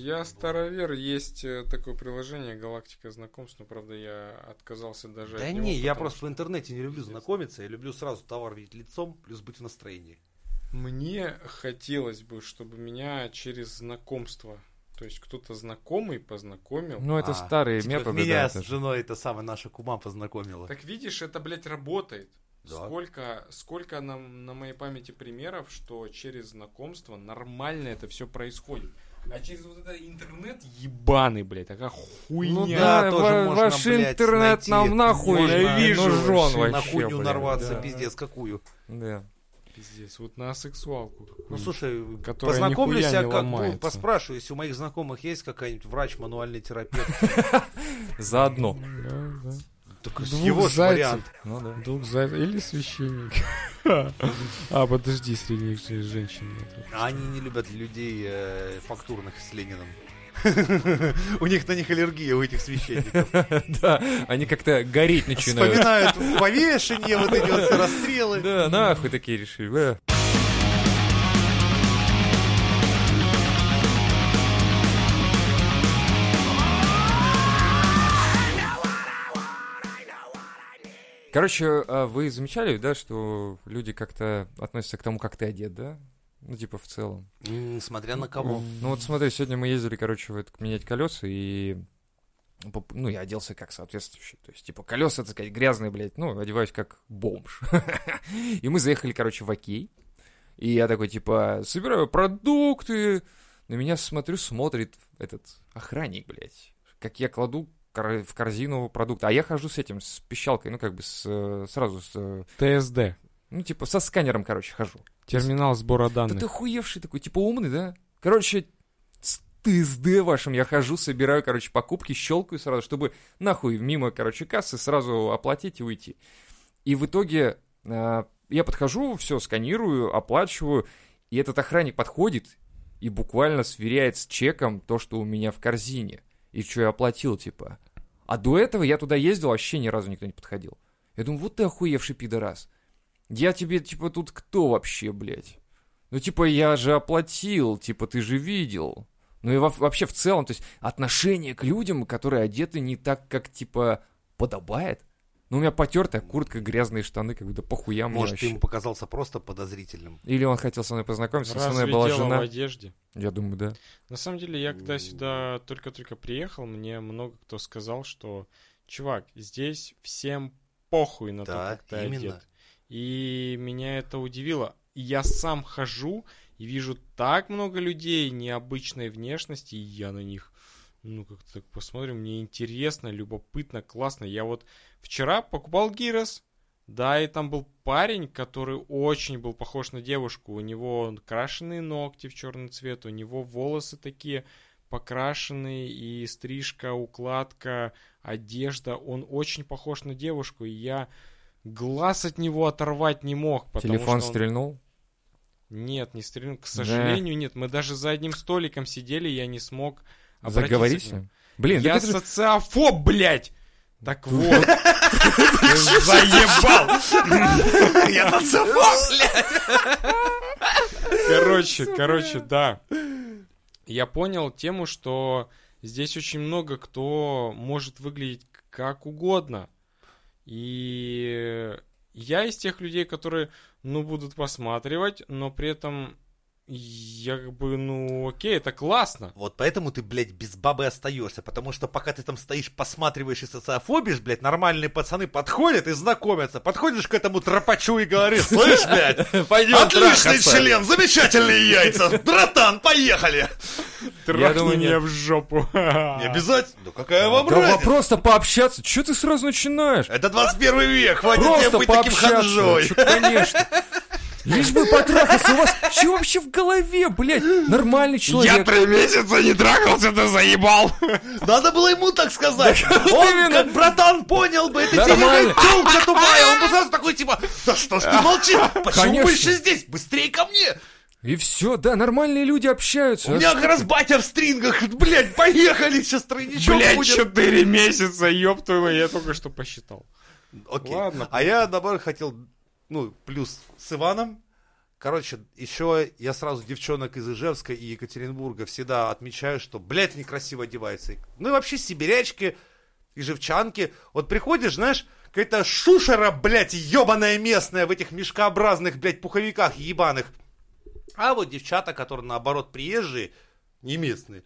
Я старовер, есть э, такое приложение «Галактика знакомств», но, правда, я отказался даже Да от не, него, я потому просто в интернете не люблю знакомиться, я люблю сразу товар видеть лицом, плюс быть в настроении. Мне хотелось бы, чтобы меня через знакомство, то есть кто-то знакомый познакомил. Ну, это А, старые типа, методы. да, Меня это с ж. женой это самая наша кума познакомила. Так видишь, это, блядь, работает. Да. Сколько, сколько на, на моей памяти примеров, что через знакомство нормально это все происходит. А через вот этот интернет ебаный, блядь, такая хуйня. Ну да, да, тоже ва- можно, ваш блядь, интернет найти. ну, нам нахуй Можно, не ненавижу нужен вообще, вообще. на хуйню блин, нарваться, да. пиздец, какую. Да. Пиздец, вот на сексуалку. Ну слушай, Которая познакомлюсь нихуя я не как ломается. бы, поспрашиваю, если у моих знакомых есть какая-нибудь врач, мануальный терапевт. Заодно. Так с Двух его ж зайцев. вариант. Ну да. Друг за или священник. А, подожди, среди них же женщин нет. А они не любят людей э, фактурных с Лениным. У них на них аллергия, у этих священников. Да, они как-то гореть начинают. Вспоминают повешение, вот эти вот все расстрелы. Да, нахуй такие решили. э. Короче, а вы замечали, да, что люди как-то относятся к тому, как ты одет, да? Ну, типа, в целом. М, Смотря на кого. Ну вот смотри, сегодня мы ездили, короче, в этот, менять колеса, и поп- ну, я оделся как соответствующий. То есть, типа, колеса, так сказать, грязные, блядь, ну, одеваюсь как бомж. И мы заехали, короче, в Окей. И я такой, типа, собираю продукты. На меня, смотрю, смотрит этот охранник, блядь. Как я кладу кор- в корзину продукты. А я хожу с этим, с пищалкой, ну, как бы с, э, сразу с... э, ТСД. Ну, типа, со сканером, короче, хожу. Терминал сбора Да ты данных. хуевший такой, типа умный, да? Короче, с ТСД вашим я хожу, собираю, короче, покупки, щелкаю сразу, чтобы нахуй мимо, короче, кассы сразу оплатить и уйти. И в итоге э, я подхожу, все, сканирую, оплачиваю, и этот охранник подходит и буквально сверяет с чеком то, что у меня в корзине, и что я оплатил, типа. А до этого я туда ездил, вообще ни разу никто не подходил. Я думаю, вот ты охуевший пидорас. Я тебе, типа, тут кто вообще, блядь? Ну, типа, я же оплатил, типа, ты же видел. Ну и во- вообще в целом, то есть отношение к людям, которые одеты не так, как, типа, подобает. Ну, у меня потертая куртка, грязные штаны, как будто похуя мне А Может, ты вообще. ему показался просто подозрительным. Или он хотел со мной познакомиться, со Разве мной была дело в жена. одежде? Я думаю, да. На самом деле, я когда сюда только-только приехал, мне много кто сказал, что, чувак, здесь всем похуй на Да, то, как ты именно. одет. И меня это удивило. И Я сам хожу и вижу так много людей необычной внешности, и я на них, ну, как-то так посмотрю, мне интересно, любопытно, классно. Я вот вчера покупал гирос, да, и там был парень, который очень был похож на девушку. У него крашеные ногти в черный цвет, у него волосы такие покрашенные, и стрижка, укладка, одежда. Он очень похож на девушку, и я глаз от него оторвать не мог. Потому Телефон что он- стрельнул. Нет, не стрельнул. К сожалению, нет. Мы даже за одним столиком сидели, я не смог обратиться Заговори к с нему. ним. Блин, я так это же- социофоб, блядь! Так вот. Заебал! Я танцевал! Короче, короче, да. Я понял тему, что здесь очень много кто может выглядеть как угодно. И я из тех людей, которые, ну, будут посматривать, но при этом я как бы, ну, окей, это классно. Вот поэтому ты, блядь, без бабы остаешься, потому что пока ты там стоишь, посматриваешь и социофобишь, блядь, нормальные пацаны подходят и знакомятся. Подходишь к этому тропачу и говоришь, слышь, блядь, Пойдем отличный член, замечательные яйца, братан, поехали. Трахни думаю, меня нет. в жопу. Не обязательно, А. да какая вам Да разница? просто пообщаться. Че ты сразу начинаешь? Это 21 век, хватит тебе Просто быть таким пообщаться. ханжой. Чё, Конечно. Лишь бы потрахаться. У вас что вообще в голове, блядь? Нормальный человек. три месяца не трахался, ты заебал! Надо было ему так сказать. Он, именно. как братан, понял бы, это тебе Нормально. телка тупая. Он бы сразу такой, типа, да что ж А, ты молчишь? Почему Конечно. вы еще здесь? Быстрее ко мне. И все, да, нормальные люди общаются. У меня как раз батя в стрингах. Блядь, поехали, сейчас тройничок Блять, будет. четыре месяца, ёб твою, мать, я только что посчитал. Окей. Ладно. А я, наоборот, хотел, ну, плюс с Иваном, Короче, еще я сразу девчонок из Ижевска и Екатеринбурга всегда отмечаю, что, блядь, некрасиво одевается. Ну и вообще сибирячки, ижевчанки. Вот приходишь, знаешь, какая-то шушера, блядь, ебаная местная в этих мешкообразных, блядь, пуховиках ебаных. А вот девчата, которые, наоборот, приезжие, не местные,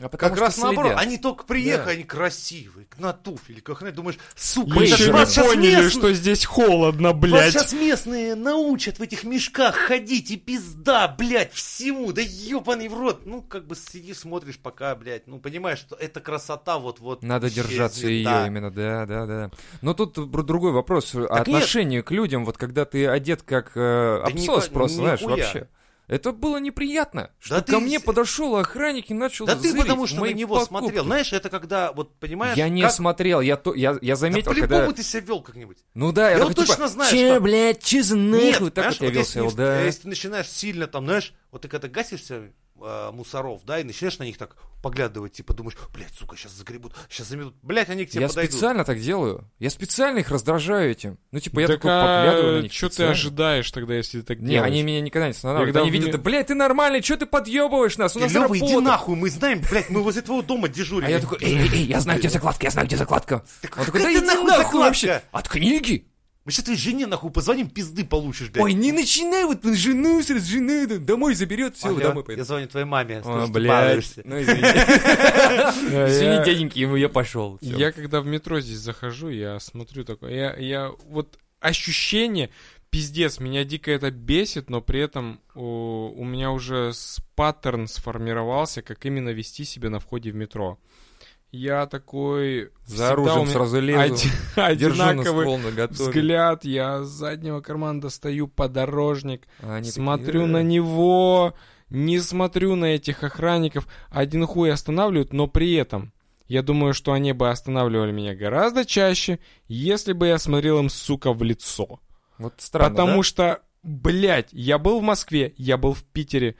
А потому как что раз наоборот, следят. они только приехали, Да. они красивые, на туфельках, на- думаешь, сука, Мы это еще ж вас не щас поняли, местные- что здесь холодно, вас блядь. сейчас местные научат в этих мешках ходить и пизда, блядь, всему, да ебаный в рот. Ну, как бы сидишь, смотришь пока, блядь, ну, понимаешь, что эта красота вот-вот Надо исчезнет, держаться да. ее именно, да, да, да. Но тут бр- другой вопрос. Отношение к людям, вот когда ты одет как э, Да ни- абсос просто, знаешь, нихуя. вообще. Это было неприятно, что Да ко ты- мне подошел охранник и начал Да ты зырить потому в что на мои него покупки. смотрел, знаешь, это когда, вот, понимаешь, Я не как- смотрел, я, то, я, я Да заметил, по-любому когда... ты себя вел как-нибудь. Ну да, я, Я такой, вот типа, точно знаю, «Чё, что- блядь, че за нахуй?» Так понимаешь, Ну, вот вот я вел если, себя, не- э, да. если ты начинаешь сильно там, знаешь, вот ты когда гасишься э, мусоров, да, и начинаешь на них так поглядывать, типа думаешь, блядь, сука, сейчас загребут, сейчас заметут, блядь, они к тебе Я подойдут. специально так делаю. Я специально их раздражаю этим. Ну, типа, я так, такой поглядываю на них что ты специально. ожидаешь тогда, если ты так Не, делаешь? они меня никогда не останавливают. Когда Они в видят, ми- да, блядь, ты нормальный, что ты подъебываешь нас? У Ты, нас Лёва, иди работа». нахуй, мы знаем, блядь, мы возле твоего дома дежурили. А я такой, эй, эй, эй, я знаю, где закладка, я знаю, где закладка. Он такой, какая да ты иди нахуй нахуй закладка? вообще. От книги? Мы сейчас твоей жене нахуй позвоним, пизды получишь, блядь. Ой, не начинай, вот жену с жены да, домой заберет, все, Алло, домой А я пойдет. звоню твоей маме, А, слышишь, ты блядь. балуешься. Ну, извини. А, Извини, я- дяденьки, ему я пошел. Всё. Я когда в метро здесь захожу, я смотрю такое, я, я вот ощущение, пиздец, меня дико это бесит, но при этом о, у, меня уже с- паттерн сформировался, как именно вести себя на входе в метро. Я такой... всегда За у оружием меня сразу лезу. оди- Держу на Одинаковый ствол наготове. взгляд, я с заднего кармана достаю подорожник, А они смотрю такие, на «Э, него, не смотрю на этих охранников. Один хуй останавливают, но при этом я думаю, что они бы останавливали меня гораздо чаще, если бы я смотрел им, сука, в лицо. Вот странно, Потому да? что, блядь, я был в Москве, я был в Питере,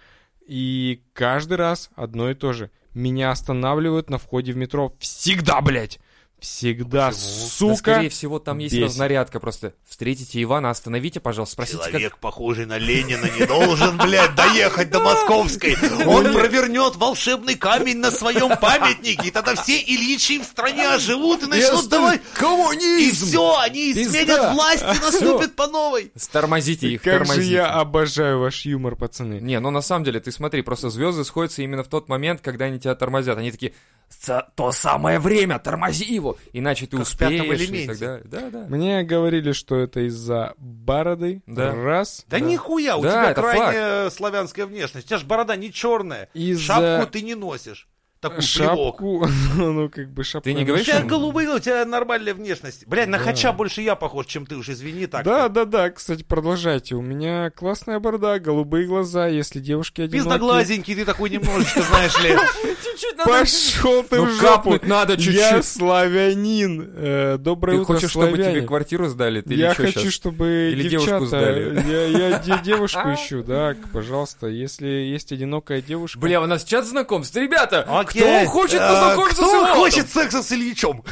и каждый раз одно и то же. Меня останавливают на входе в метро. Всегда, блядь. Всегда, Почему? сука. Да, скорее всего, там есть бесит. разнарядка просто. Встретите Ивана, остановите, пожалуйста, спросите, как... Человек, похожий на Ленина, не должен, блядь, доехать до Московской. Он провернет волшебный камень на своем памятнике, и тогда все Ильичи в стране оживут и Ну начнут давать... И Коммунизм! все, они Пизда. сменят власть и наступит по новой. Стормозите их, Как же тормозите. я а? обожаю ваш юмор, пацаны. Не, ну на самом деле, ты смотри, просто звезды сходятся именно в тот момент, когда они тебя тормозят. Они такие, «Са- то самое время, тормози его, иначе ты Как в «Пятом успеешь. И элементе. так далее. Да, да. Мне говорили, что это из-за бороды. Да. Раз. Да, Да. нихуя, у Да, тебя это крайняя славянская внешность. У тебя же борода не черная. Из-за- Шапку ты не носишь. Такую плевок. Шапку. ну, как бы шапку. Ты не я У говоришь, ношу. тебя голубые, у тебя нормальная внешность. Блядь, на Да. хача больше я похож, чем ты уж, извини так. Да, да, да, кстати, продолжайте. У меня классная борода, голубые глаза, если девушки одинокие. Пиздоглазенький ты такой немножечко, знаешь ли. Чуть-чуть Пошел ты в Ну жопу. капнуть надо Я чуть-чуть. славянин. Э, Доброе Ты утро, хочешь, чтобы славяне. тебе квартиру сдали? Ты или я чё хочу, щас? чтобы Или девушку девчата... сдали? Я, я де- А? девушку ищу, да, пожалуйста. Если есть одинокая девушка... Бля, у нас чат знакомств. Ребята, Окей. кто хочет Э, А, познакомиться с кто Иваном? хочет секса с Ильичом?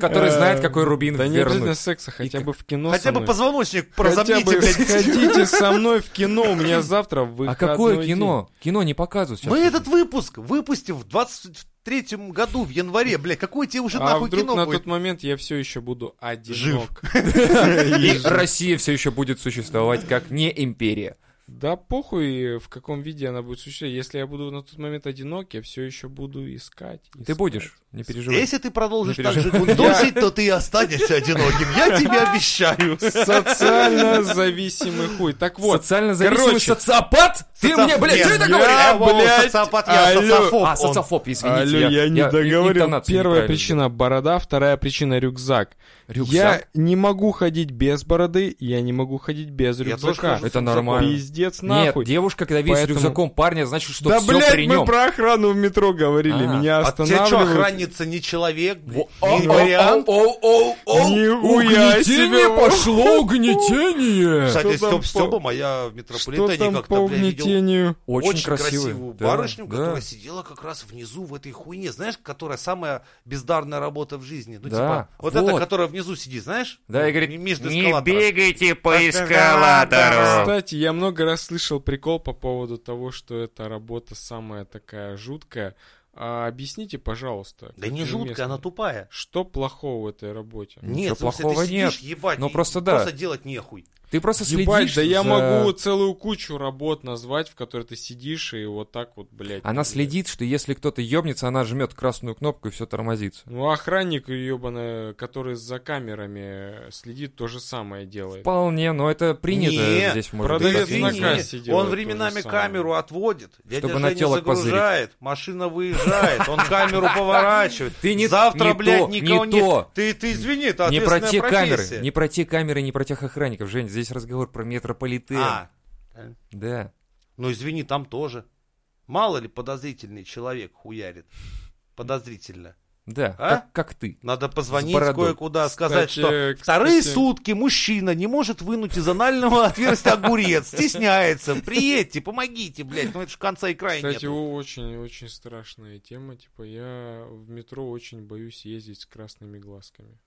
Который э, знает, какой рубин Да не обязательно вернуть. секса, хотя бы в кино со Хотя бы мной. позвоночник Хотя бы прозомните, блядь. сходите со мной в кино, у меня завтра выходной А какое день. кино? Кино не показывают сейчас. Мы этот выпуск выпустим в 23-м году, в январе, блядь. Какое тебе уже А нахуй вдруг кино на будет? тот момент я все еще буду Жив. одинок. И Россия все еще будет существовать как не империя. Да похуй, в каком виде она будет существовать. Если я буду на тот момент одинок, я все еще буду искать. Ты искать. будешь, не переживай. Если ты продолжишь Не так же переживай. гундосить, то ты и останешься одиноким. Я тебе обещаю. Социально зависимый хуй. Так вот, Социально зависимый короче. социофат? Ты Социоф- мне, блядь, Нет, что это я, говоришь? Вова, блядь, социопат, я алло. социофоб, А, он. социофоб, извините. алло, я, не ин- договорил. интонацию Первая неправильно причина борода, вторая причина рюкзак. сделал. Я Рюкзак. не могу ходить без бороды, я не могу ходить без Я тоже рюкзака. хожу с Это рюкзаком. нормально. Пиздец, пиздец Нет, нахуй. девушка, когда видит с Поэтому- рюкзаком парня, значит, что да, все блядь, при мы нем. про охрану в метро говорили. А, Меня А тебя что, останавливают. охранница не человек, блядь, О, не о, вариант? О-о-о-о! Нихуя себе! пошло, угнетение! Что Кстати, там Степ Стеба, моя в Что метрополитене там как-то, по блядь, видел угнетению? Очень, красивый. красивую Да, барышню, да. которая сидела как раз внизу в этой хуйне, знаешь, которая самая бездарная работа в жизни. Ну, Да, типа, вот, вот. эта, которая внизу сидит, знаешь? Да, и говорит, М- между не эскалатором». бегайте по По эскалатору. эскалатору. Кстати, я много раз слышал прикол по поводу того, что эта работа самая такая жуткая. А объясните, пожалуйста. Да не каким жуткая, местным? она тупая. Что плохого в этой работе? Ничего Нет, в смысле, плохого ты сидишь, ебать, Но и Ну, просто да. Просто делать нехуй. Ты просто следишь Ебать, да я за- могу целую кучу работ назвать, в которой ты сидишь и вот так вот, блядь. э, Она следит, что если кто-то ебнется, она жмет красную кнопку и все тормозится. Ну, охранник ебаный, который за камерами э, следит, то же самое делает. Вполне, но это принято Не, здесь, может продавец быть. на извини. кассе. делает то он же временами самое. камеру отводит, дядя Чтобы Женя на телок загружает, машина выезжает, он камеру поворачивает. Ты не- Завтра, не блядь, то, никого не то. Ты, ты извини, это Не про ответственная те профессия. камеры, не про те камеры, не про тех охранников, Жень, здесь разговор про метрополитен. А, Да. ну извини, там тоже. Мало ли подозрительный человек хуярит. Подозрительно. Да, А? как, как ты. Надо позвонить бородой. кое-куда, сказать, Кстати, что кстати- вторые сутки мужчина не может вынуть из анального отверстия огурец, стесняется, приедьте, помогите, блядь, ну это же конца и края Кстати, нет. о- очень-очень страшная тема. Типа, я в метро очень боюсь ездить с красными глазками.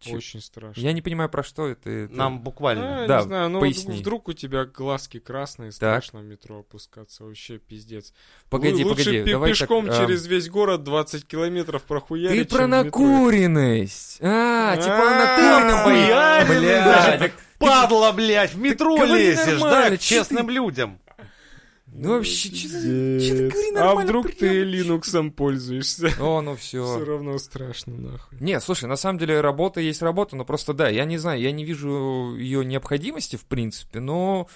Чё? Очень страшно. Я не понимаю, про что это. это- Нам буквально. А, Да, не знаю, ну поясни. вот вдруг у тебя глазки красные, страшно в метро опускаться, вообще пиздец. Погоди, Лучше погоди, пе- давай так, пешком ам, через весь город 20 километров Ты прохуярить, про чем в метро. накуренность. А, типа А, накуренным хуяренный, боится. Бля, блядь. так- Падла, блядь, в метро говори лезешь, да, нормально, к чё честным людям. Ну вообще, чё ты- чё ты Пиздец. говори А нормально, вдруг ты приём? Линуксом пользуешься? О, ну Все все. равно страшно, нахуй. Не, слушай, на самом деле работа есть работа, но просто да, я не знаю, я не вижу ее необходимости в принципе, но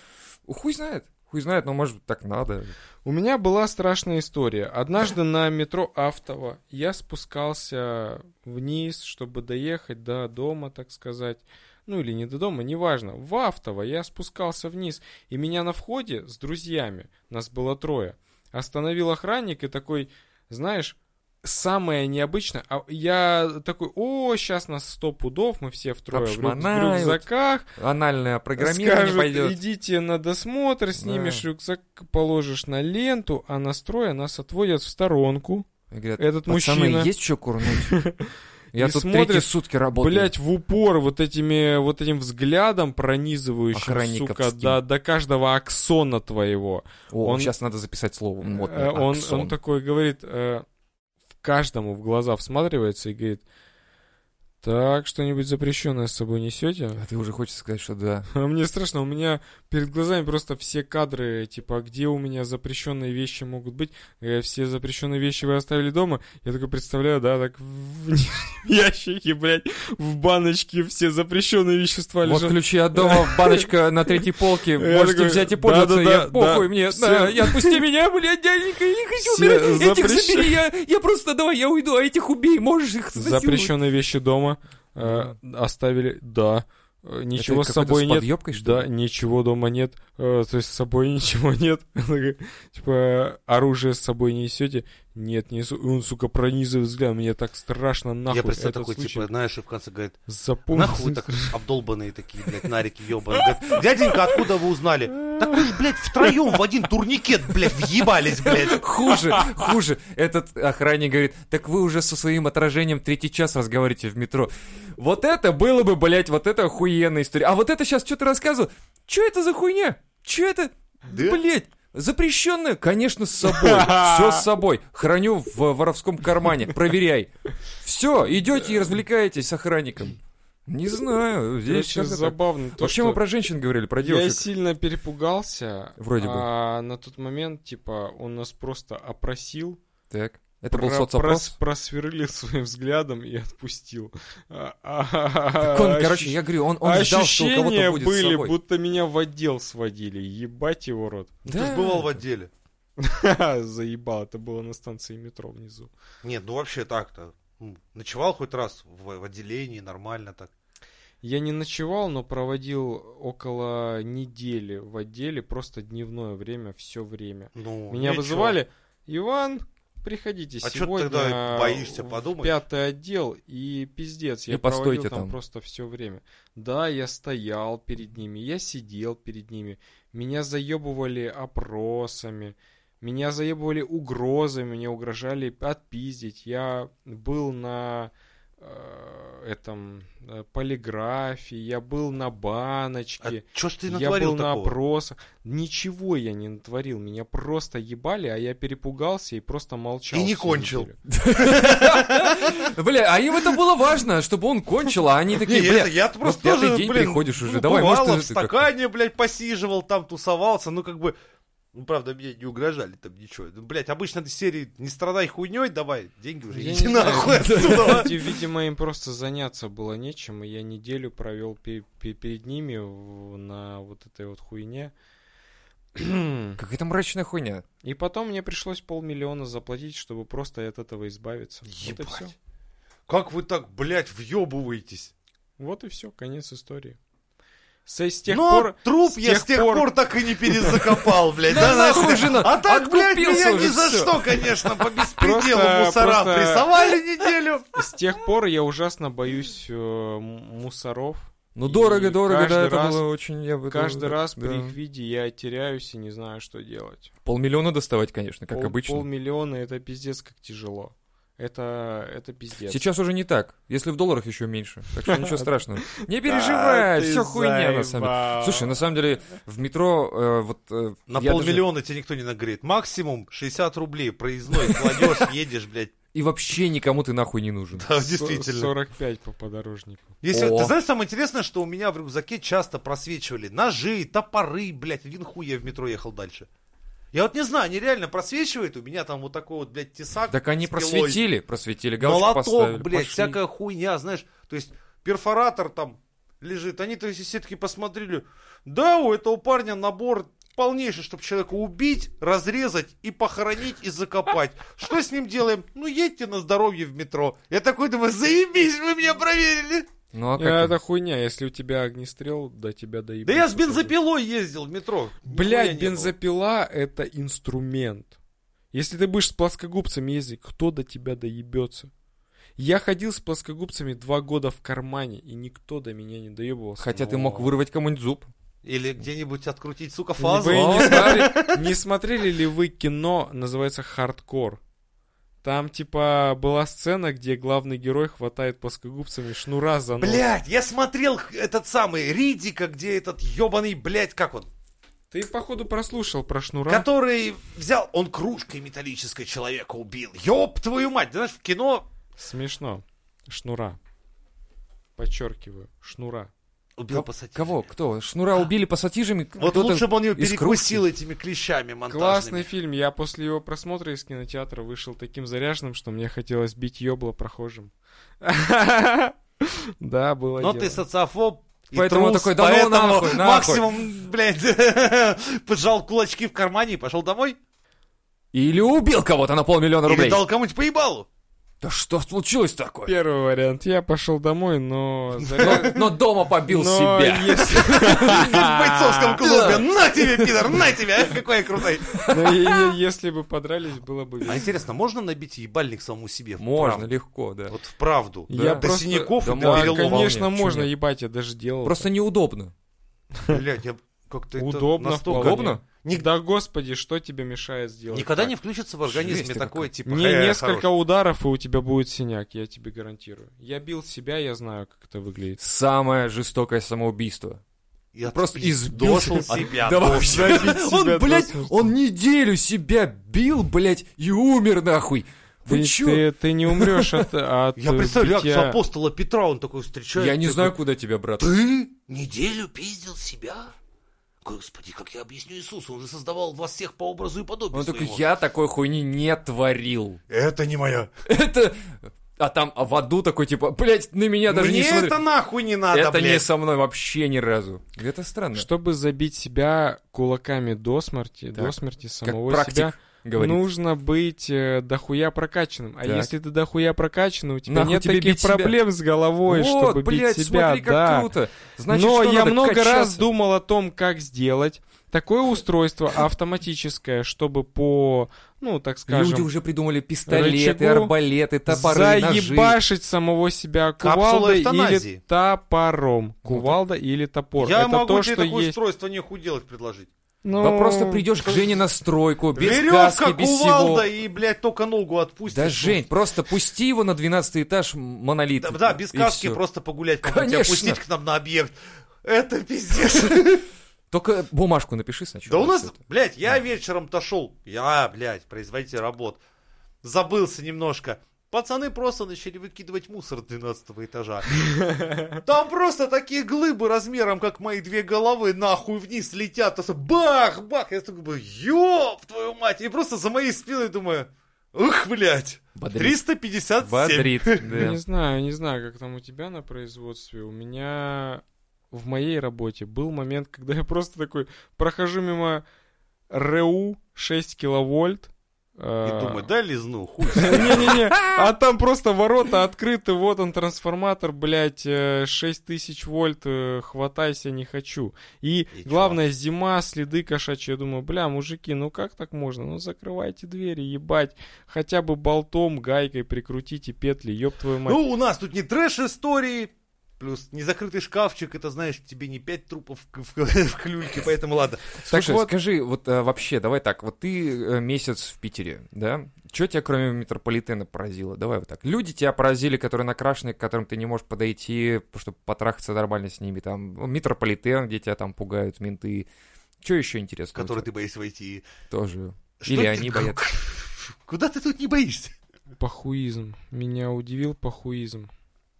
хуй знает. Хуй знает, но может быть так надо. У меня была страшная история. Однажды на метро Автово я спускался вниз, чтобы доехать до дома, так сказать. Ну или не до дома, неважно. В Автово я спускался вниз, и меня на входе с друзьями, нас было трое, остановил охранник и такой, знаешь, самое необычное, а я такой, о, сейчас нас сто пудов, мы все втрое в рю- в Обшмонают. рюкзаках, Анальное программирование Скажут, пойдет. идите на досмотр, снимешь Да. рюкзак, положишь на ленту, а настроя нас отводят в сторонку. И говорят, Этот пацаны, мужчина, есть что курнуть? Я И тут смотрит, третьи сутки работаю. блять, в упор вот этими вот этим взглядом пронизывающим, сука, Охранниковским. до, до каждого аксона твоего. О, он- сейчас надо записать слово. модное, Э, он, аксон. он такой говорит, э, в каждому в глаза всматривается и говорит, так, что-нибудь запрещенное с собой несете? А ты уже хочешь сказать, что да. А Мне страшно, у меня перед глазами просто все кадры, типа, где у меня запрещенные вещи могут быть. Э, Все запрещенные вещи вы оставили дома. Я такой представляю, да, так в нижнем ящике, блядь, в баночке все запрещенные вещества Вот лежат. ключи от дома, баночка на третьей полке. Я Можете такой, взять и пользоваться. да-да-да, Я похуй да, мне. всё. да, я отпусти меня, блядь, дяденька, я не Все хочу умирать. Этих запрещен- забери, я, я просто давай, я уйду, а этих убей, можешь их изнасиловать. Запрещенные вещи дома э, оставили, да. Э, Это Ничего с какой-то собой с нет. подъёбкой, что Да, ли? ничего дома нет, э, то есть с собой ничего нет. Она такая, Типа, оружие с собой не несете? Нет, несу. И он, сука, пронизывает взгляд. Мне так страшно, нахуй. Я представляю этот такой, случай типа, знаешь, и в конце говорит, запомнился. нахуй вы так обдолбанные такие, блядь, нарики ебаные. Говорит, Дяденька, откуда вы узнали? Так вы же, блядь, втроем в один турникет, блядь, въебались, блядь. Хуже, хуже. Этот охранник говорит, так вы уже со своим отражением третий час разговариваете в метро. Вот это было бы, блядь, вот это охуенная история. А вот это сейчас что ты рассказывал? Че это за хуйня? Че это? Э? Да? Блядь. Запрещенное? Конечно, с собой. Все с собой. Храню в э, воровском кармане. Проверяй. Все, идете и развлекаетесь с охранником. Не знаю. Здесь Короче, как-то так. забавно. то, Вообще что мы про женщин говорили, про Я девушек. сильно перепугался. Вроде бы. А на тот момент, типа, он нас просто опросил. Так. Это про- был соцопрос. прос- просверлил своим взглядом и отпустил. А- а- Так он, а- короче, я говорю, он, он ждал, что у Ощущения кого-то будет с были, собой. будто меня в отдел сводили. Ебать его рот. Ты ж бывал в отделе. Заебал, это было на станции метро внизу. Нет, ну вообще так-то. М, Ночевал хоть раз в, в отделении, нормально так. Я не ночевал, но проводил около недели в отделе, просто дневное время, все время. Ну, Меня ничего. вызывали, Иван, приходите А чё ты сегодня тогда боишься в подумать? пятый отдел, и пиздец, я И проводил постойте там там. просто все время. Да, я стоял перед ними, я сидел перед ними, меня заебывали опросами, меня заебывали угрозами, мне угрожали отпиздить. Я был на э, этом э, полиграфе, я был на А баночке. чё ж ты я был натворил на такого? опросах. Ничего я не натворил. Меня просто ебали, а я перепугался и просто молчал. И не всю кончил. неделю. Бля, а им это было важно, чтобы он кончил, а они такие, Не, бля, это я ну, просто пятый тоже, день блин, приходишь ну, уже, давай, бывало, может, ты в же ты как-то. стакане, блядь, посиживал там, тусовался, ну, как бы, ну, правда, мне не угрожали там ничего. Ну, блядь, обычно этой серии не страдай хуйней, давай, деньги уже, Я иди не знаю. нахуй отсюда. а. Види- Видимо, им просто заняться было нечем, и я неделю провел пе- пе- перед ними в- на вот этой вот хуйне. Какая-то мрачная хуйня. И потом мне пришлось полмиллиона заплатить, чтобы просто от этого избавиться. Вот и Ебать. все. Как вы так, блядь, въебываетесь? Вот и все, конец истории. С, с тех Но пор... Ну, труп с я тех с тех пор- пор, так и не перезакопал, блядь. Да Да, нахуй нахуй. же на- А так, блядь, Откупился меня ни уже за всё. что, конечно, по беспределу Просто- мусора просто- прессовали неделю. С тех пор я ужасно боюсь э, м- мусоров. Ну, И дорого-дорого, каждый да, это раз- было очень... я бы- Каждый раз да. при их виде я теряюсь и не знаю, что делать. Полмиллиона доставать, конечно, как Пол- обычно. Полмиллиона это пиздец как тяжело. Это, это пиздец. Сейчас уже не так, если в долларах еще меньше. Так что ничего страшного. Не переживай, А, ты все хуйня на самом деле. заебал. Слушай, на самом деле, в метро э, вот... э, На я даже- полмиллиона тебя никто не нагреет. Максимум 60 рублей проездной кладешь, едешь, блядь. И вообще никому ты нахуй не нужен. Да, Со- действительно. 45 по подорожнику. Если, О. ты знаешь, самое интересное, что у меня в рюкзаке часто просвечивали ножи, топоры, блядь, один хуй я в метро ехал дальше. Я вот не знаю, они реально просвечивают, у меня там вот такой вот, блядь, тесак. Так они с пилой. просветили, просветили, галочку поставили. Молоток, блядь, пошли. всякая хуйня, знаешь, то есть перфоратор там лежит. Они-то если все-таки посмотрели, да, у этого парня набор полнейший, чтобы человека убить, разрезать и похоронить и закопать. Что с ним делаем? Ну, едьте на здоровье в метро. Я такой думаю, заебись, вы меня проверили. Ну а как? Э, им? это хуйня, если у тебя огнестрел, до тебя доебут. Да я с бензопилой ездил в метро. Нихуя не Блять, было. бензопила это инструмент. Если ты будешь с плоскогубцами ездить, кто до тебя доебется? Я ходил с плоскогубцами два года в кармане, и никто до меня не доебывался. Хотя ты Ну. мог вырвать кому-нибудь зуб. Или где-нибудь открутить, сука, Вы фазу. не, О. смотри- не смотрели ли вы кино, называется «Хардкор»? Там, типа, была сцена, где главный герой хватает плоскогубцами шнура за нос. Блядь, я смотрел х- этот самый Ридика, где этот ебаный, блядь, как он, Ты, походу, прослушал про шнура. который взял, он кружкой металлической человека убил. Ёб твою мать, ты знаешь, в кино Смешно. Шнура. Подчеркиваю, шнура. убил Ко- пассатижа. Кого? Кто? Шнура убили пассатижами? Вот Кто-то лучше бы он ее из кружки? перекусил этими клещами монтажными. Классный фильм. Я после его просмотра из кинотеатра вышел таким заряженным, что мне хотелось бить ёбло прохожим. Да, было дело. Но Ну, ты социофоб и Поэтому трус, такой, да ну поэтому нахуй, нахуй. максимум, блядь, поджал кулачки в кармане и пошел домой. Или убил кого-то на полмиллиона Или рублей. дал кому-нибудь поебалу. Да что случилось такое? Первый вариант. Я пошел домой, но... Ну, заря- Но, но дома побил но себя. если- А, В бойцовском клубе. На тебе, пидор, на тебя. Какой я крутой. но е- е- если бы подрались, было бы А весело. интересно, можно набить ебальник самому себе? Можно, легко, да. Вот вправду. Да. Я До До просто... синяков Да и Да, до переломал. переломов. конечно, Нет, чё можно, нет. ебать, я даже делал. Просто неудобно. Блядь, я как-то это Удобно настолько- вполне. Удобно? Ник- Да господи, что тебе мешает сделать? Никогда так? не включится в организме Жесть это такое, типа, Не, «Э, несколько хорош». ударов, и у тебя будет синяк, я тебе гарантирую. Я бил себя, я знаю, как это выглядит. Самое жестокое самоубийство. Я Просто спи- избил дошел себя. Да дошел. вообще. Забить себя Он, блядь, до смерти. он неделю себя бил, блядь, и умер нахуй. Вы Ты, чё? ты, ты не умрешь от, от Я представляю битья. реакцию апостола Петра, он такой встречает. Я не такой, знаю, куда тебя, брат. Ты неделю пиздил себя? Господи, как я объясню Иисусу? Он же создавал вас всех по образу и подобию Он такой, своему». я такой хуйни не творил. Это не моя. Это... А там а в аду такой, типа, блядь, на меня даже не Мне смотри. это нахуй не надо, это не блядь. со мной вообще ни разу. Это странно. Чтобы забить себя кулаками до смерти, Так. до смерти самого практик. себя, Ну, говорит. Нужно быть э, дохуя прокачанным. А Так. если ты дохуя прокачанный, у тебя Нахуй нет тебе таких бить себя. проблем с головой, вот, чтобы блядь, бить себя. смотри, как да. круто. Значит, Но что я надо много раз качаться. думал о том, как сделать такое устройство автоматическое, чтобы по, ну, так скажем, Люди уже придумали пистолеты, рычагу арбалеты, топоры, ножи. заебашить самого себя Капсула кувалдой эвтаназии. или топором. Кувалда или топор. Я Это могу то, тебе что такое есть. устройство нехуй делать предложить. Ну, Да просто придешь к Жене на стройку, без Веревка, каски, без кувалда всего. и, блядь, только ногу отпустишь. Да, ну. Жень, просто пусти его на 12 этаж монолит. Да, да, без и каски всё. просто погулять, по Конечно. пути, опустить к нам на объект. Это пиздец. Только бумажку напиши сначала. Да у нас, всё это. блядь, я вечером-то шел. Я, блядь, производитель работ. Забылся немножко. Пацаны просто начали выкидывать мусор с 12 этажа. Там просто такие глыбы размером, как мои две головы, нахуй вниз летят. Просто Бах, бах. Я такой, бы, ёб твою мать. И просто за моей спиной думаю, ух, блядь. Бодрит. 357. Бодрит, да. Не знаю, не знаю, как там у тебя на производстве. У меня в моей работе был момент, когда я просто такой прохожу мимо РЭУ 6 киловольт. И э, думаю, дай лизну, хуй. Не-не-не, а там просто ворота открыты, вот он трансформатор, блядь, э, 6000 вольт, э, хватайся, не хочу. И, И чё? главное, зима, следы кошачьи. Я думаю, бля, мужики, ну как так можно? Ну закрывайте двери, ебать. Хотя бы болтом, гайкой прикрутите петли, ёб твою мать. Ну, у нас тут не трэш истории, плюс незакрытый шкафчик, это, знаешь, тебе не пять трупов в, в- в клюльке, поэтому ладно. Слушай, вот- скажи, вот а, вообще, давай так, вот ты э, месяц в Питере, да? Что тебя кроме метрополитена поразило? Давай вот так. Люди тебя поразили, которые накрашены, к которым ты не можешь подойти, чтобы потрахаться нормально с ними, там, ну, метрополитен, где тебя там пугают менты. Что еще интересно? Который ты боишься войти. Тоже. Что Ну, Или ты- они боятся. Куда ты тут не боишься? Пахуизм. Меня удивил пахуизм.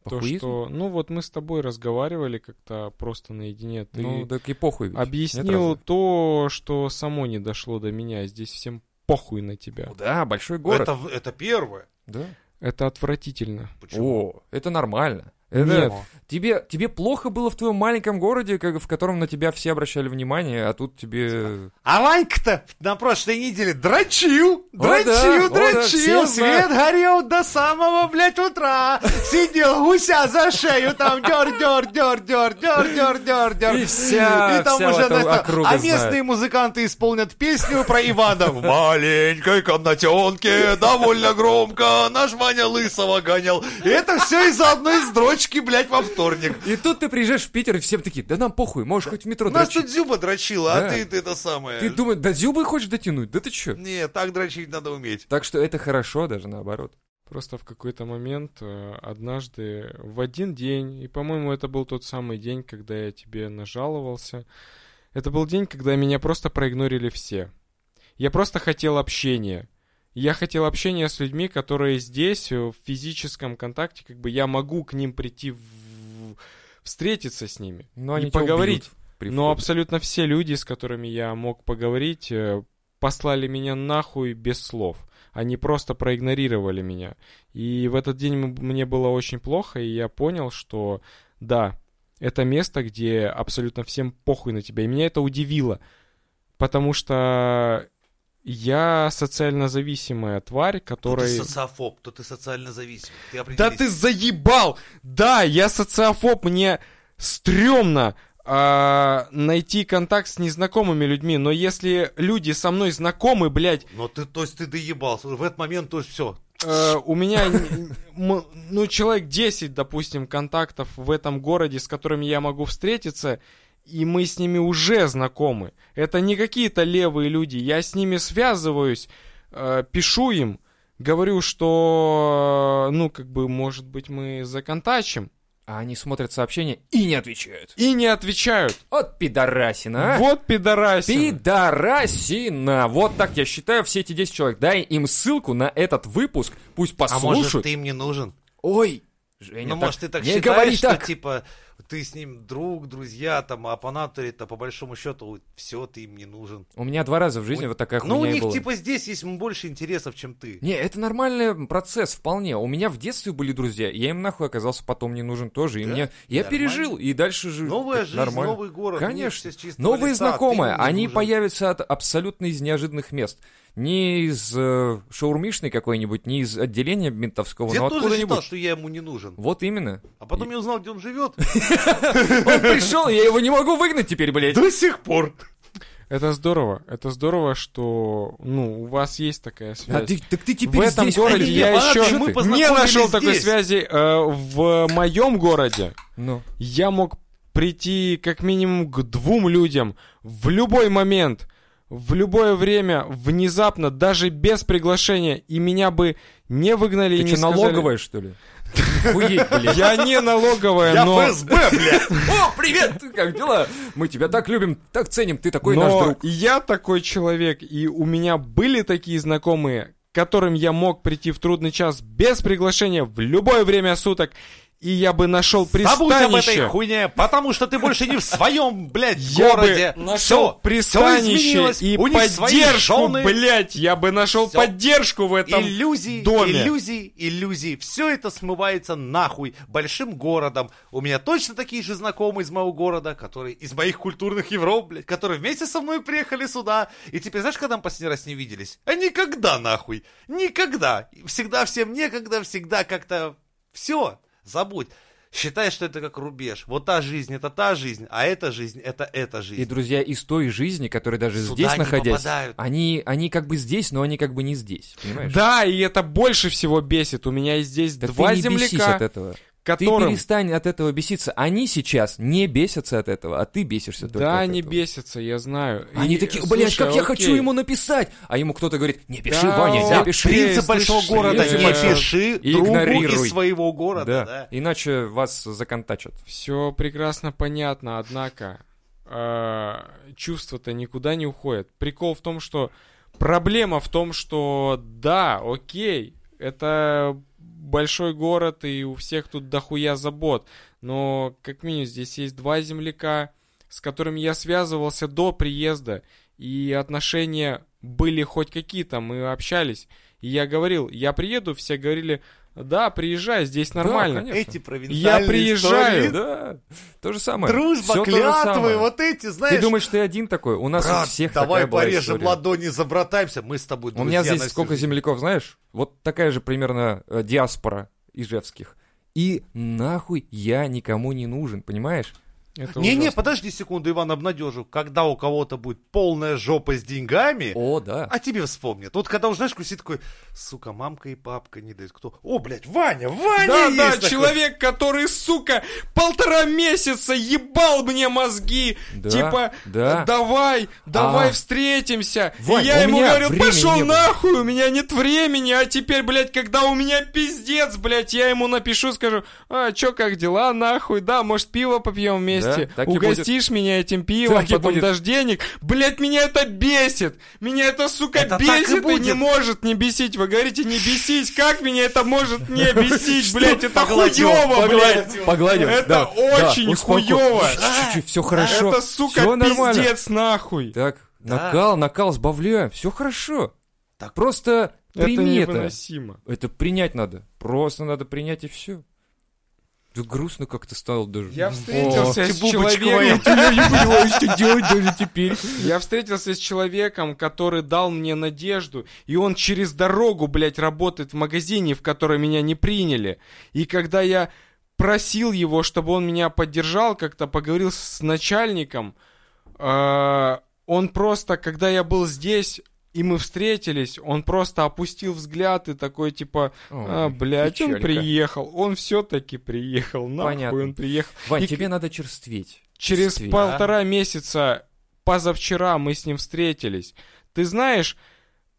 Похуизм? То, что, ну вот мы с тобой разговаривали как-то просто наедине. Ты Ну, так и похуй. ведь. Нет объяснил разницы. то, что само не дошло до меня. Здесь всем похуй на тебя. Ну Да, большой город. Это, в- это первое. Да. Это отвратительно. Почему? О, это нормально. Это- Нет, Тебе, тебе плохо было в твоем маленьком городе, как, в котором на тебя все обращали внимание, а тут тебе... А Ванька-то на прошлой неделе дрочил, да, дрочил, о, да, дрочил, все свет знают. горел до самого, блядь, утра. Сидел гуся за шею, там дер, дер, дер, дер, дер, дер, дер, дер. И вся- И там вся уже, вот эта знаешь, там, округа а знает. местные музыканты исполнят песню про Ивана. В маленькой комнатенке довольно громко наш Ваня Лысого гонял. И это все из-за одной строчки, блядь, во вторник. И тут ты приезжаешь в Питер, и все такие, да нам похуй, можешь хоть в метро У нас дрочить. тут Зюба дрочила, а Да. ты ты это самое. Ты думаешь, до Зюбы хочешь дотянуть? Да ты че? Не, так дрочить надо уметь. Так что это хорошо даже наоборот. просто в какой-то момент э, однажды в один день, и, по-моему, это был тот самый день, когда я тебе нажаловался, это был день, когда меня просто проигнорили все. Я просто хотел общения. Я хотел общения с людьми, которые здесь, э, в физическом контакте, как бы я могу к ним прийти, в- встретиться с ними. Но И тебя поговорить. убьют при Но входе. абсолютно все люди, с которыми я мог поговорить, э, послали меня нахуй без слов. Они просто проигнорировали меня. И в этот день м- мне было очень плохо, и я понял, что да, это место, где абсолютно всем похуй на тебя. И меня это удивило, потому что я социально зависимая тварь, которая... То ты социофоб, то ты социально зависим. Ты Да определись. ты заебал! Да, я социофоб, мне стрёмно а, найти контакт с незнакомыми людьми, но если люди со мной знакомы, блядь, Но ты, то есть ты доебался. В этот момент, то есть все. э, у меня, н- м- ну, человек 10, допустим, контактов в этом городе, с которыми я могу встретиться, и мы с ними уже знакомы. Это не какие-то левые люди, я с ними связываюсь, э, пишу им, говорю, что, ну, как бы, может быть, мы законтачим, А они смотрят сообщения и не отвечают. И не отвечают. От пидорасина, а? Вот пидорасина. Пидорасина! Вот так я считаю все эти 10 человек. Дай им ссылку на этот выпуск, пусть А может, послушают. ты им не нужен? Ой, Женя, ну, может, ты так не считаешь, говори что, так. типа, ты с ним друг, друзья, там, а по натуре-то, по большому счету, все, ты им не нужен. У меня два раза в жизни У- вот такая Ну, у хуйня и них, была. типа, здесь есть больше интересов, чем ты. Э, Не, это нормальный процесс вполне. У меня в детстве были друзья, и я им нахуй оказался потом не нужен тоже. И Да? мне... Я Нормально. пережил, и дальше же Новая как жизнь, нормально. новый город. Конечно. мир, все с чистого Новые листа, знакомые, ты им не они нужен. появятся от, абсолютно из неожиданных мест. Не из э, шаурмишной какой-нибудь, не из отделения ментовского, Я но тоже откуда-нибудь. считал, что я ему не нужен. Вот именно. А потом я узнал, где он живет. Он пришел, я его не могу выгнать теперь, блядь. До сих пор. Это здорово. Это здорово, что ну у вас есть такая А связь. ты, так ты теперь в этом здесь, а городе блядь. ходили, я ладно, еще мы не познакомились нашел такой здесь. связи. Э, в моем городе Ну, я мог прийти как минимум к двум людям в любой момент, в любое время, внезапно, даже без приглашения, и меня бы не выгнали и ты не что, сказали- налоговая, что ли? Хуеть, блядь. Я не налоговая, Я но... ФСБ, блядь. О, привет, ты как дела? Мы тебя так любим, так ценим, ты такой но наш друг. я такой человек, и у меня были такие знакомые, к которым я мог прийти в трудный час без приглашения в любое время суток, и я бы нашел Забудь об этой пристанище. хуйне, потому что ты больше не в своем, блядь, Я городе. бы нашел Всё, всё пристанище изменилось. и У них свои поддержку, жены, блять, я бы нашел Всё. поддержку в этом Иллюзии, доме. иллюзии, иллюзии. Все это смывается нахуй большим городом. У меня точно такие же знакомые из моего города, которые из моих культурных Европ, блядь, которые вместе со мной приехали сюда. И теперь знаешь, когда мы последний раз не виделись? А никогда нахуй. Никогда. Всегда всем некогда, всегда как-то... Все, забудь. Считай, что это как рубеж. Вот та жизнь, это та жизнь, а эта жизнь, это эта жизнь. И друзья из той жизни, которые даже Сюда здесь не находясь, попадают. они, они как бы здесь, но они как бы не здесь, понимаешь? Да, и это больше всего бесит. У меня есть здесь Да два ты не бесись земляка, от этого. Ты которым перестань от этого беситься. Они сейчас не бесятся от этого, а ты бесишься только да, от не этого. бесятся, я знаю. Они И, такие, слушай, блядь, как я хочу окей. ему написать! А ему кто-то говорит, не пиши, Да, Ваня, он- не пиши. Принцип Слышишь, большого города принцип не большого- пиши другу Игнорируй. из своего города. Да, да. иначе вас законтачат. Все прекрасно понятно, однако э, чувства-то никуда не уходят. Прикол в том, что проблема в том, что да, окей, это большой город и у всех тут дохуя забот, но как минимум здесь есть два земляка, с которыми я связывался до приезда, и отношения были хоть какие-то, мы общались. И я говорил, я приеду, все говорили, да, приезжай, здесь нормально. конечно. Эти Я провинциальные приезжаю, истории, Да, то же самое. Всё Дружба, то же клятвы, самое. вот эти, знаешь. Ты думаешь, ты один такой? У нас у брат, всех давай такая была порежем история. ладони, забратаемся, мы с тобой У друзья меня на здесь всю сколько жизнь. земляков, знаешь? Вот такая же примерно э, диаспора ижевских. И нахуй я никому не нужен, понимаешь? Это Не-не, ужасно. подожди секунду, Иван, обнадежу. Когда у кого-то будет полная жопа с деньгами, О, да. а тебе вспомнят. Вот когда уже, знаешь, кусит такой, сука, мамка и папка не дают. Кто? О, блядь, Ваня, Ваня Да, есть да, такой. человек, который, сука, полтора месяца ебал мне мозги. Да, типа, да. давай, давай А. встретимся. Вань, и я у ему меня говорил, времени пошел не было». нахуй, у меня нет времени. А теперь, блядь, когда у меня пиздец, блядь, я ему напишу, скажу, а, чё, как дела, нахуй, да, может, пиво попьем вместе. Да, так и Угостишь меня этим пивом, Так и потом будет. дашь денег. Блядь, меня это бесит. Меня это, сука, Это так и бесит и не будет. может не бесить. Вы говорите, не бесись. Как меня это может не бесить, блядь? Это Погладил, хуёво, блядь. погладил. Погладил. Это да, очень да, успокой- хуёво. А, Чуть-чуть, все хорошо. Это, Всё сука, нормально. пиздец нахуй. Так, Да. накал, накал, сбавляем. Все хорошо. Так. Просто Это прими это. невыносимо. Это принять надо. Просто надо принять и все. Да грустно как-то стало даже. Я О. встретился с Бубочка человеком... Я не понимаю, что делать даже теперь. Я встретился с человеком, который дал мне надежду, и он через дорогу, блядь, работает в магазине, в который меня не приняли. И когда я просил его, чтобы он меня поддержал, как-то поговорил с начальником, э, он просто, когда я был здесь, и мы встретились, он просто опустил взгляд и такой, типа, а, блядь, он печалька. приехал, он все-таки приехал, нахуй Понятно. он приехал. Вань, И- тебе надо черстветь. Через Стивен. полтора месяца позавчера мы с ним встретились. Ты знаешь,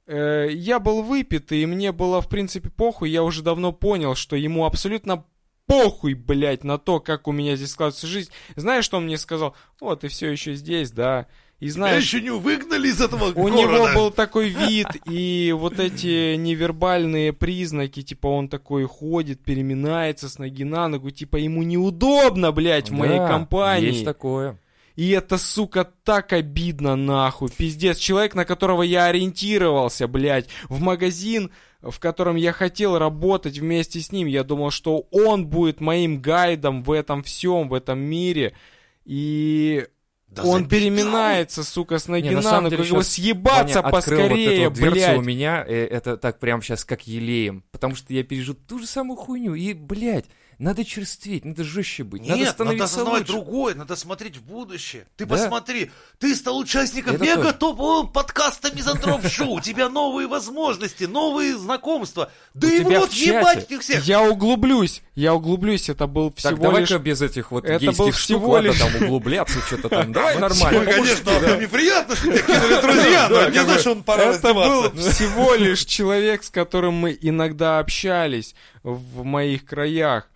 э, я был выпит, и мне было, в принципе, похуй. Я уже давно понял, что ему абсолютно похуй, блядь, на то, как у меня здесь складывается жизнь. Знаешь, что он мне сказал? О, ты все еще здесь, да. И знаешь, еще не выгнали из этого у него был такой вид, и вот эти невербальные признаки, типа он такой ходит, переминается с ноги на ногу, типа ему неудобно, блядь, в моей Да, компании. Есть такое. И это, сука, так обидно, нахуй. Пиздец, человек, на которого я ориентировался, блядь, в магазин, в котором я хотел работать вместе с ним. Я думал, что он будет моим гайдом в этом всем, в этом мире. И он переминается, сука, с ноги Не, на на самом ногу. деле Его щас съебаться Ваня открыл поскорее, вот эту дверцу блядь. у меня, э, это так прям сейчас как елеем, потому что я пережил ту же самую хуйню, и, блядь, надо черстветь, надо жестче быть, надо Нет, надо становиться осознавать лучше. другое, надо смотреть в будущее. Ты Да. посмотри, ты стал участником Это мега тоже. топ о, подкаста Мизантроп Шоу. У тебя новые возможности, новые знакомства. Да У и в тебя рот в чате. ебать их всех. Я углублюсь, я углублюсь, это был Так, всего лишь... давай-ка без этих вот Это был гейских штук, всего ладно, лишь- там углубляться, что-то там, давай Ну, нормально. конечно, неприятно, что тебя кинули друзья, но Да, это не как значит, бы, что он пора Это был раздеваться. всего лишь человек, с которым мы иногда общались в моих краях.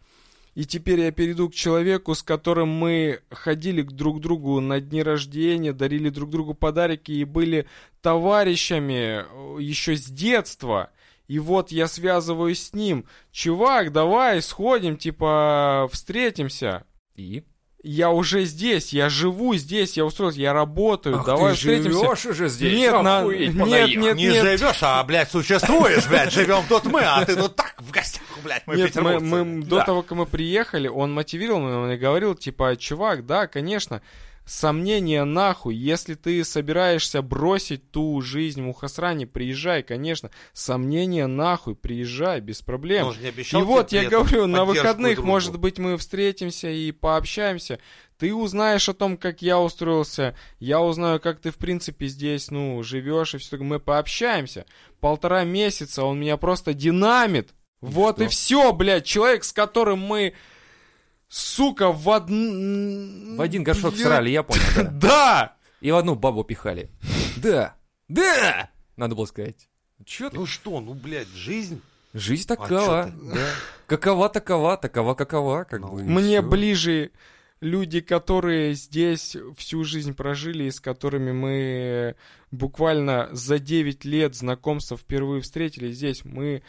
И теперь я перейду к человеку, с которым мы ходили к друг другу на дни рождения, дарили друг другу подарки и были товарищами э, еще с детства. И вот я связываюсь с ним. Чувак, давай сходим, типа, встретимся. И? Я уже здесь, я живу здесь, я устроился, я работаю, Ах, давай ты встретимся. живешь уже здесь? Нет, на- Охуеть, нет, понаехал. нет, Не живешь, а, блядь, существуешь, блядь, живем тут мы, а ты тут так в гостях, блядь, мы Нет, мы, петербургцы. мы до Да. того, как мы приехали, он мотивировал меня, он мне говорил, типа, чувак, да, конечно, сомнения нахуй, если ты собираешься бросить ту жизнь в Мухасране, приезжай, конечно, сомнения нахуй, приезжай, без проблем. Он же не и обещал тебе вот при я этом говорю, на поддержку и выходных, дружбу. может быть, мы встретимся и пообщаемся, ты узнаешь о том, как я устроился, я узнаю, как ты, в принципе, здесь, ну, живешь, и все, мы пообщаемся. Полтора месяца он меня просто динамит. вот что? и все, блядь, человек, с которым мы, сука, в один... В один горшок срали, я понял, да. Да! И в одну бабу пихали. Да, да, надо было сказать. Чё ты? Ну что, ну, блядь, жизнь Жизнь А чё такова, ты? да. Какова такова, такова какова, как Ну, бы. и Мне всё. ближе люди, которые здесь всю жизнь прожили, и с которыми мы э, буквально за 9 лет знакомства впервые встретились здесь. Мы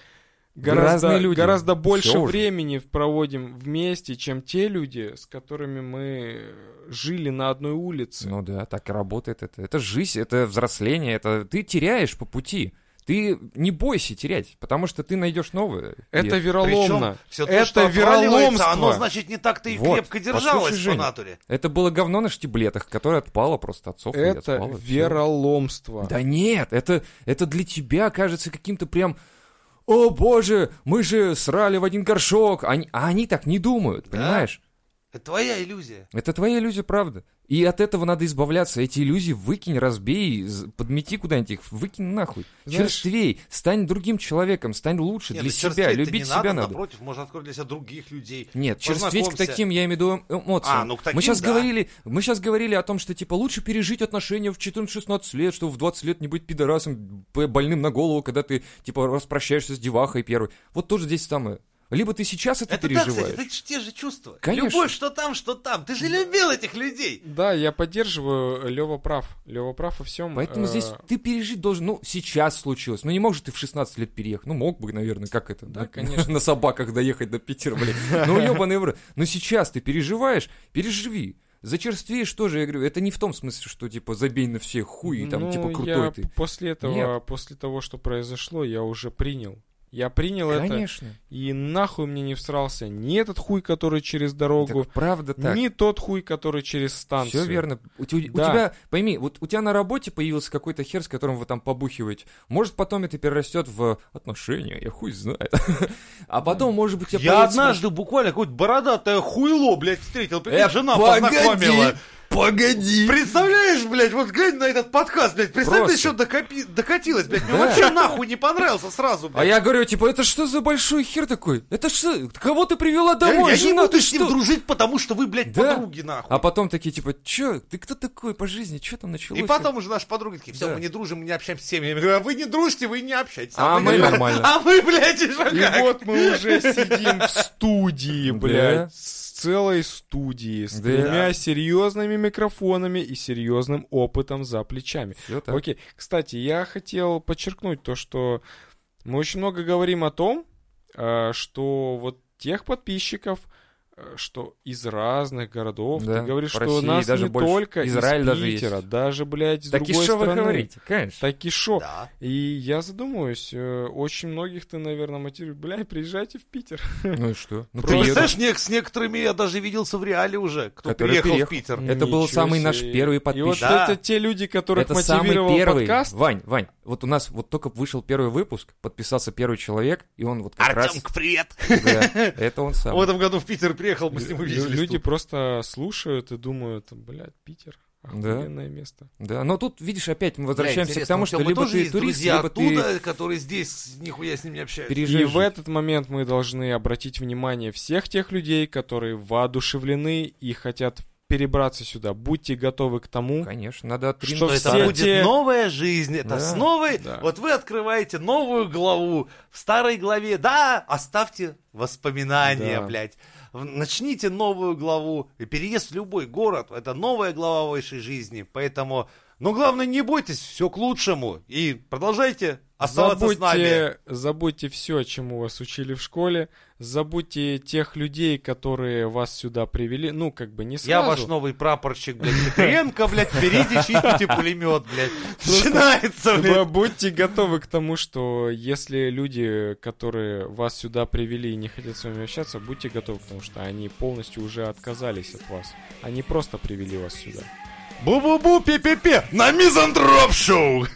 гораздо, Разные люди. гораздо больше Всё уже. времени проводим вместе, чем те люди, с которыми мы жили на одной улице. Ну да, так и работает это. Это жизнь, это взросление, это ты теряешь по пути. Ты не бойся терять, потому что ты найдешь новое. Это И вероломно. все то, это что отваливается, вероломство. Оно, значит, не так-то и Вот, крепко послушай, держалось по Женя. натуре. это было говно на штиблетах, которое отпало просто отцов. Это вероломство. Да нет, это, это для тебя кажется каким-то прям... О боже, мы же срали в один горшок. Они, а они так не думают, Да. понимаешь? Это твоя иллюзия. Это твоя иллюзия, правда. И от этого надо избавляться. Эти иллюзии выкинь, разбей, з- подмети куда-нибудь их, выкинь нахуй. Знаешь- Черствей, стань другим человеком, стань лучше Нет, для ну, себя, черстветь-то любить не себя надо. Напротив, можно открыть для себя других людей. Нет, черстветь к Познакомься. таким, я имею в виду эм- эмоциям. А, ну, к таким, мы сейчас да. говорили, мы сейчас говорили о том, что типа лучше пережить отношения в 14-16 лет, чтобы в 20 лет не быть пидорасом, б- больным на голову, когда ты типа распрощаешься с девахой первой. Вот тоже здесь самое. Либо ты сейчас это, Это да, переживаешь. кстати, это ж те же чувства. Конечно. Любовь, что там, что там. Ты же любил этих людей. Да, я поддерживаю, Лева прав. Лева прав во э, всем. Поэтому здесь ты пережить должен, ну, сейчас случилось. Ну, не можешь ты в 16 лет переехать. Ну, мог бы, наверное, как это? Да, на- конечно. На собаках доехать до Питера, блин. Ну, ебаный в рот. Но сейчас ты переживаешь, переживи. Зачерствеешь тоже, я говорю, это не в том смысле, что, типа, забей на всех хуй, и там, Ну, типа, крутой я ты. п- После этого, Нет. после того, что произошло, я уже принял. Я принял это, Конечно. и нахуй мне не всрался ни этот хуй, который через дорогу, Так, правда так. ни тот хуй, который через станцию. Все верно. У, те- у Да. тебя, пойми, вот у тебя на работе появился какой-то хер, с которым вы там побухиваете. Может, потом это перерастет в отношения, я хуй знает. А потом, может быть, у тебя Я появится однажды буквально какое-то бородатое хуйло, блядь, встретил. Прикинь, Э, жена погоди, познакомила. Погоди! Представляешь, блядь, вот глянь на этот подкаст, блядь, представь, Просто. ты еще докопи- докатилась, блядь, мне Да. вообще нахуй не понравился сразу, А блядь. я говорю, типа, это что за большой хер такой? Это что? Кого ты привела домой, я не жена? буду Ты с ним что? дружить, потому что вы, блядь, Да. подруги, нахуй. А потом такие, типа, чё? Ты кто такой по жизни? Чё там началось? И потом уже наши подруги такие, все, Да. мы не дружим, мы не общаемся с семьями. Я говорю, а вы не дружите, вы не общаетесь. А мы нормально. А мы, блядь, и шо И как? вот мы уже сидим в студии, Да. блядь, с целой студии, с Да. двумя серьезными микрофонами и серьезным опытом за плечами. Всё так. Окей. Кстати, я хотел подчеркнуть то, что мы очень много говорим о том, э, что вот тех подписчиков, э, что из разных городов, Да, ты говоришь, в что России нас даже не больше. только Израиль из даже есть. Питера, даже, блядь, с Так и другой что вы стороны. говорите? Конечно. Так и шо? Да. И я задумываюсь, э, очень многих ты, наверное, мотивируешь, бля, приезжайте в Питер. Ну и что? Ну, Ты приеду. знаешь, не- с некоторыми я даже виделся в реале уже, кто Который переехал в переехал. Питер. Это был Ничего самый наш себе. первый И вот подписчик. Да. это те люди, которых Это самый мотивировал первый. подкаст. Вань, Вань, вот у нас вот только вышел первый выпуск, подписался первый человек, и он вот как раз... Артемка, привет! Да, это он сам. В этом году в Питер приехал, мы с ним Лю- увиделись. Люди тут. просто слушают и думают, блядь, Питер, охуенное место. Да, но тут, видишь, опять мы Бля, возвращаемся к интересно, тому, у что Тёмы либо тоже ты есть турист, друзья либо ты оттуда, которые здесь нихуя с ним не общаются. И переезжаешь. в этот момент мы должны обратить внимание всех тех людей, которые воодушевлены и хотят перебраться сюда. Будьте готовы к тому, Конечно, надо Что что отринуть. это все будет те- новая жизнь, это Да, с новой, да. вот вы открываете новую главу в старой главе, да, оставьте воспоминания, Да. блядь, В- начните новую главу, И переезд в любой город, это новая глава вашей жизни, поэтому, но главное не бойтесь, все к лучшему, и продолжайте оставаться с нами. забудьте, забудьте все, чему вас учили в школе, забудьте тех людей, которые вас сюда привели, ну, как бы не сразу. Я ваш новый прапорщик, блядь, Петренко, блядь, берите, чистите пулемет, блядь. Начинается, Б- блядь. Будьте готовы к тому, что если люди, которые вас сюда привели и не хотят с вами общаться, будьте готовы, потому что они полностью уже отказались от вас. Они просто привели вас сюда. Бу-бу-бу, пи-пи-пи, на мизантроп шоу!